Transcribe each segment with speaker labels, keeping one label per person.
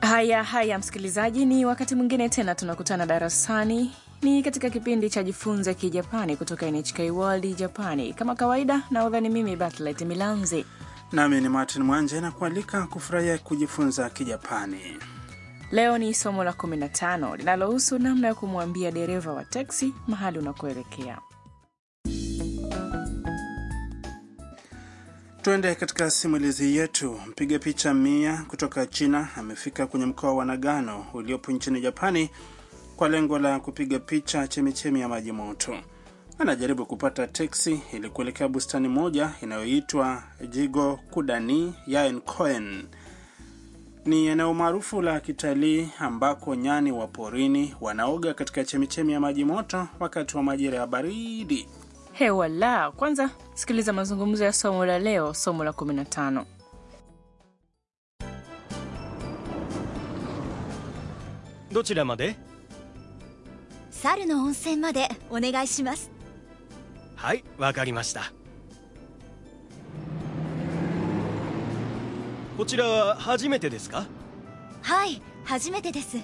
Speaker 1: Haya haya, msikilizaji, ni wakati mwingine tena tunakutana darasani, ni katika kipindi cha jifunze Kijapani kutoka NHK World Japani. Kama kawaida, naodhani mimi Batlet Milanzi
Speaker 2: nami ni Martin Mwanje na kualika kufurahia kujifunza Kijapani.
Speaker 1: Leo ni somo la 15 linalohusu namna ya kumwambia dereva wa teksi mahali unakoelekea.
Speaker 2: Tuende katika simulizi yetu. Mpiga picha Mia kutoka China amefika kwenye mkoa wa Nagano uliopo nchini Japani kwa lengo la kupiga picha chemichemi ya maji moto. Anajaribu kupata teksi ili kuelekea bustani moja inayoitwa Jigo Kudani Yaenkoen. Ni eneo maarufu la kitalii ambako nyani wa porini wanaoga katika chemichemi ya maji moto wakati wa majira ya baridi.
Speaker 1: Hewala, kwanza sikiliza mazungumzo ya somo la leo, somo la 15.
Speaker 3: どちらまで
Speaker 4: 猿の温泉までお願いします
Speaker 3: はいわかりましたこちらは初めてですか
Speaker 4: はい初めてです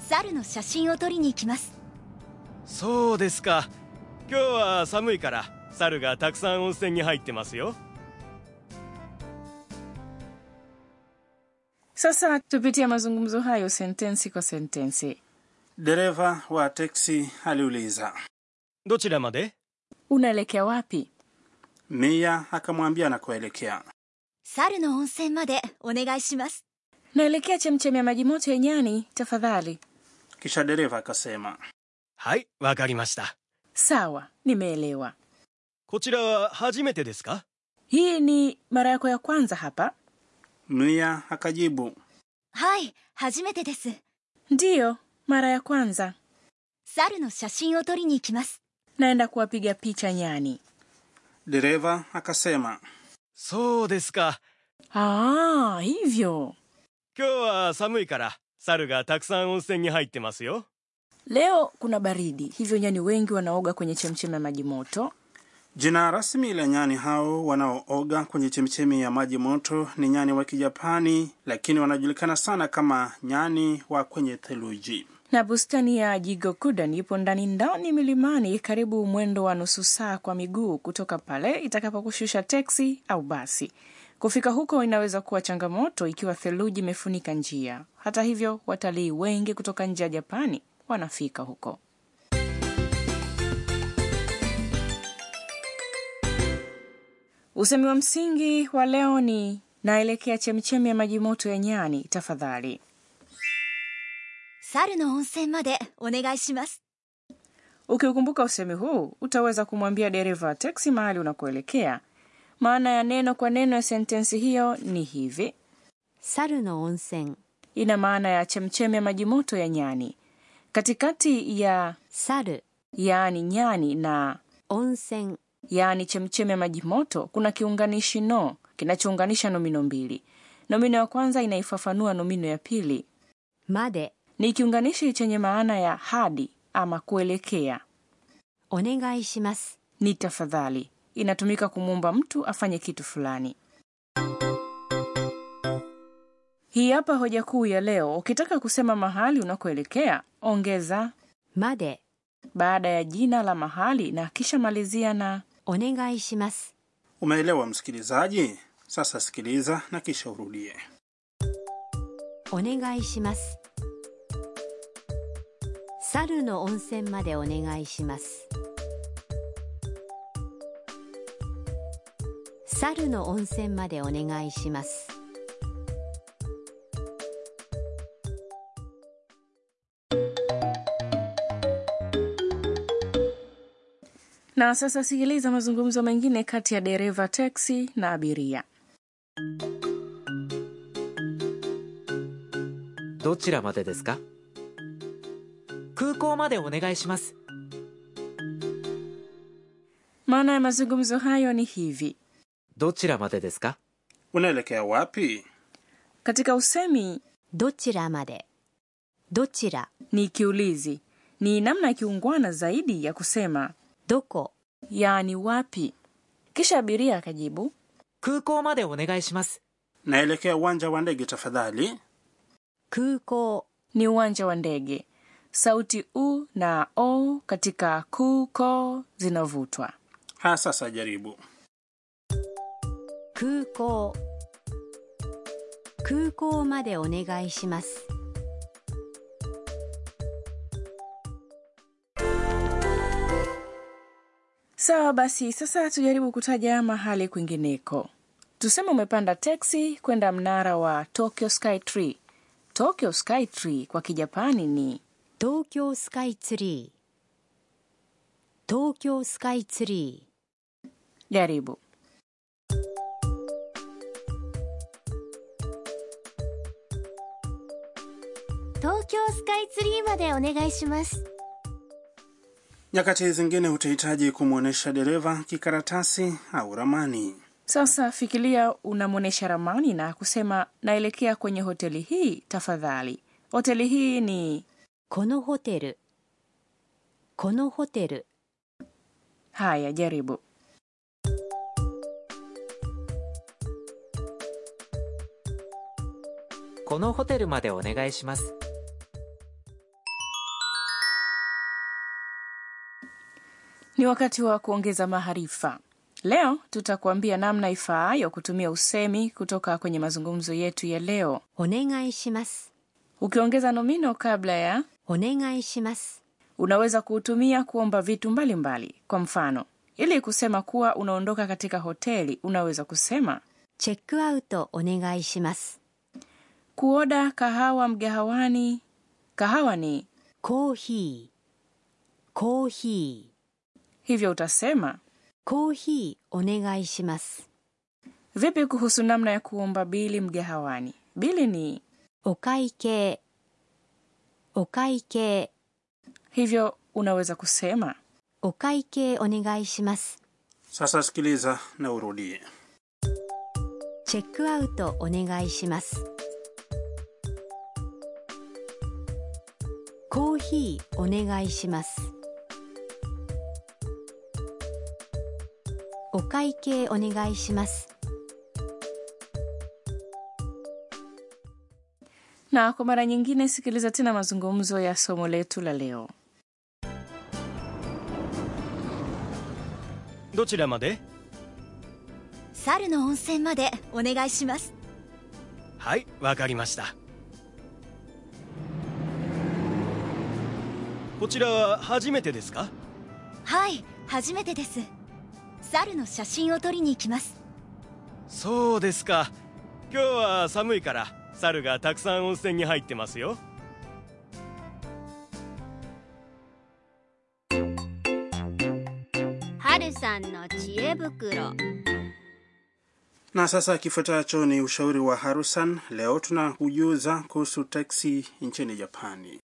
Speaker 4: 猿の写真を撮りに行きます
Speaker 3: そうですか今日は寒いから猿がたくさん温泉に入ってますよ
Speaker 1: Sasa tupitie mazungumzo hayo sentensi kwa sentensi.
Speaker 2: Dereva wa teksi aliuliza.
Speaker 3: どちらまで
Speaker 1: Unaelekea wapi?
Speaker 2: Mia akamwambia anakoelekea.
Speaker 4: 猿の温泉までお願いします
Speaker 1: Naelekea chemchemi ya maji moto ya nyani, tafadhali.
Speaker 2: Kisha dereva akasema,
Speaker 3: はいわかりました
Speaker 1: Sawa, nimeelewa.
Speaker 3: こちらは初めてですか
Speaker 1: Hii ni mara yako ya kwanza hapa?
Speaker 2: Mia akajibu,
Speaker 4: はい初めてです
Speaker 1: Ndiyo, mara ya kwanza.
Speaker 4: 猿の写真を撮りに行きます
Speaker 1: Naenda kuwapiga picha nyani.
Speaker 2: dereva akasema,
Speaker 3: そうですか
Speaker 1: Ah, hivyo.
Speaker 3: 今日は寒いから猿がたくさん温泉に入ってますよ
Speaker 1: Leo kuna baridi, hivyo nyani wengi wanaoga kwenye chemchemi ya maji moto.
Speaker 2: Jina rasmi la nyani hao wanaooga kwenye chemichemi ya maji moto ni nyani wa Kijapani, lakini wanajulikana sana kama nyani wa kwenye theluji.
Speaker 1: Na bustani ya Jigokudan ipo ndani ndani milimani, karibu mwendo wa nusu saa kwa miguu kutoka pale itakapokushusha teksi au basi. Kufika huko inaweza kuwa changamoto ikiwa theluji imefunika njia. Hata hivyo, watalii wengi kutoka nje ya Japani wanafika huko. Usemi wa msingi wa leo ni naelekea chemchemi ya maji moto ya nyani, tafadhali.
Speaker 4: 猿の温泉までお願いします
Speaker 1: Ukiukumbuka usemi huu utaweza kumwambia dereva wa teksi mahali unakoelekea. Maana ya neno kwa neno ya sentensi hiyo ni hivi:
Speaker 4: 猿の温泉
Speaker 1: ina maana ya chemchemi ya maji moto ya nyani. Katikati ya
Speaker 4: 猿
Speaker 1: yaani nyani na
Speaker 4: 温泉
Speaker 1: yaani chemchemi ya maji moto kuna kiunganishi no kinachounganisha nomino mbili. Nomino ya kwanza inaifafanua nomino ya pili.
Speaker 4: まで
Speaker 1: Ni kiunganishi chenye maana ya hadi ama kuelekea.
Speaker 4: お願いします
Speaker 1: ni tafadhali inatumika kumwomba mtu afanye kitu fulani hii hapa hoja kuu ya leo ukitaka kusema mahali unakoelekea ongeza
Speaker 4: まで
Speaker 1: baada ya jina la mahali na kisha malizia na
Speaker 4: お願いします
Speaker 2: Umeelewa msikilizaji? Sasa sikiliza na kisha urudie.
Speaker 4: お願いします猿の温泉までお願いします猿の温泉までお願いします
Speaker 1: na sasa sikiliza mazungumzo mengine kati ya dereva teksi na abiria
Speaker 5: どちらまでですか空港までお願いします。
Speaker 1: maana ya mazungumzo hayo ni hivi
Speaker 5: どちらまでですか
Speaker 2: Unaelekea wapi?
Speaker 1: katika usemi
Speaker 4: どちらまでどちら
Speaker 1: ni kiulizi ni namna ya kiungwana zaidi ya kusema
Speaker 4: どこ
Speaker 1: yaani wapi kisha abiria akajibu
Speaker 5: 空港までお願いします。
Speaker 2: Naelekea uwanja wa ndege tafadhali.
Speaker 6: 空港
Speaker 1: ni uwanja wa ndege. Sauti u na o katika ku ko zinavutwa.
Speaker 2: Ha, sasa jaribu.
Speaker 6: 空港空港までお願いします
Speaker 1: Sawa basi, sasa tujaribu kutaja mahali kwingineko. Tuseme umepanda teksi kwenda mnara wa Tokyo Sky Tree. Tokyo Sky Tree kwa Kijapani ni
Speaker 6: 東京スカイツリー東京スカイツリ
Speaker 1: jaribu.
Speaker 4: 東京スカイツリーまでお願いします
Speaker 2: Nyakati zingine utahitaji kumwonyesha dereva kikaratasi au ramani.
Speaker 1: Sasa fikiria unamwonyesha ramani na kusema naelekea kwenye hoteli hii tafadhali. Hoteli hii ni
Speaker 6: ーこのホテルこのホテル
Speaker 1: haya, jaribu.
Speaker 5: このホテルまでお願いします。
Speaker 1: Ni wakati wa kuongeza maarifa. Leo tutakuambia namna ifaayo kutumia usemi kutoka kwenye mazungumzo yetu ya leo,
Speaker 6: お願いします
Speaker 1: ukiongeza nomino kabla ya
Speaker 6: お願いします
Speaker 1: unaweza kuutumia kuomba vitu mbalimbali mbali. Kwa mfano, ili kusema kuwa unaondoka katika hoteli, unaweza kusema
Speaker 6: チェックアウトお願いします。
Speaker 1: kuoda kahawa mgahawani. Kahawa ni
Speaker 6: コーヒー、コーヒ
Speaker 1: hivyo, utasema
Speaker 6: ー、コーヒーお願いします。
Speaker 1: vipi kuhusu namna ya kuomba bili mgahawani? Bili ni
Speaker 6: お会計、お会計、
Speaker 1: hivyo, unaweza kusema
Speaker 6: お会計お願いします。
Speaker 2: Sasa sikiliza na urudie.
Speaker 6: チェックアウトお願いします。コーヒーお願いします。お会計お願いします。
Speaker 1: na kwa mara nyingine sikiliza tena mazungumzo ya somo letu la leo
Speaker 3: どちらまで
Speaker 4: 猿の温泉までお願いします
Speaker 3: はいわかりましたこちらは初めてですか
Speaker 4: はい初めてです猿の写真を撮りに行きます
Speaker 3: そうですか今日は寒いから猿がたくさん温泉に入ってますよ
Speaker 2: Na sasa kifuatacho ni ushauri wa Harusan. Leo tunakujuza kuhusu teksi nchini Japani.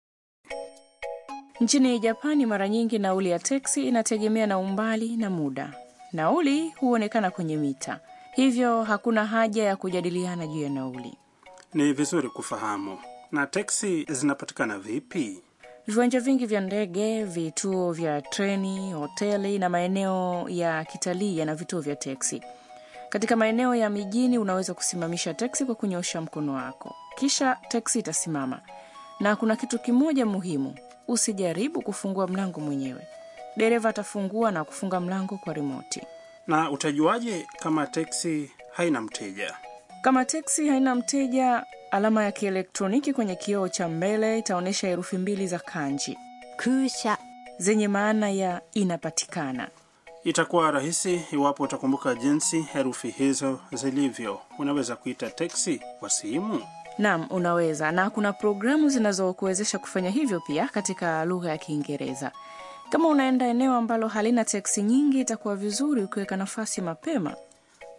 Speaker 1: nchini japani mara nyingi nauli ya teksi inategemea na umbali na muda nauli huonekana kwenye mita hivyo hakuna haja ya kujadiliana juu ya nauli
Speaker 2: Ni vizuri kufahamu, na teksi zinapatikana vipi?
Speaker 1: viwanja vingi vya ndege vituo vya treni hoteli na maeneo ya kitalii yana vituo vya teksi katika maeneo ya mijini unaweza kusimamisha teksi kwa kunyosha mkono wako kisha teksi itasimama na kuna kitu kimoja muhimu usijaribu kufungua mlango mwenyewe dereva atafungua na kufunga mlango kwa rimoti
Speaker 2: Na utajuaje kama teksi haina mteja?
Speaker 1: Kama teksi haina mteja, alama ya kielektroniki kwenye kioo cha mbele itaonyesha herufi mbili za kanji
Speaker 6: 空車、
Speaker 1: zenye maana ya inapatikana.
Speaker 2: Itakuwa rahisi iwapo utakumbuka jinsi herufi hizo zilivyo. Unaweza kuita teksi kwa simu.
Speaker 1: Naam, unaweza na kuna programu zinazokuwezesha kufanya hivyo pia katika lugha ya Kiingereza. Kama unaenda eneo ambalo halina teksi nyingi, itakuwa vizuri ukiweka nafasi mapema.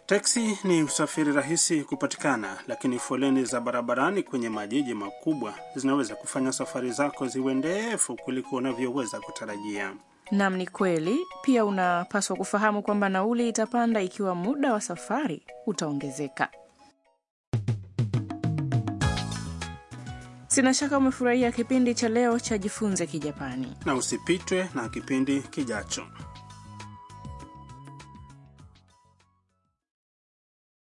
Speaker 2: Teksi ni usafiri rahisi kupatikana, lakini foleni za barabarani kwenye majiji makubwa zinaweza kufanya safari zako ziwe ndefu kuliko unavyoweza kutarajia.
Speaker 1: Naam, ni kweli. Pia unapaswa kufahamu kwamba nauli itapanda ikiwa muda wa safari utaongezeka. Sina shaka umefurahia kipindi cha leo cha Jifunze Kijapani.
Speaker 2: Na usipitwe na kipindi kijacho.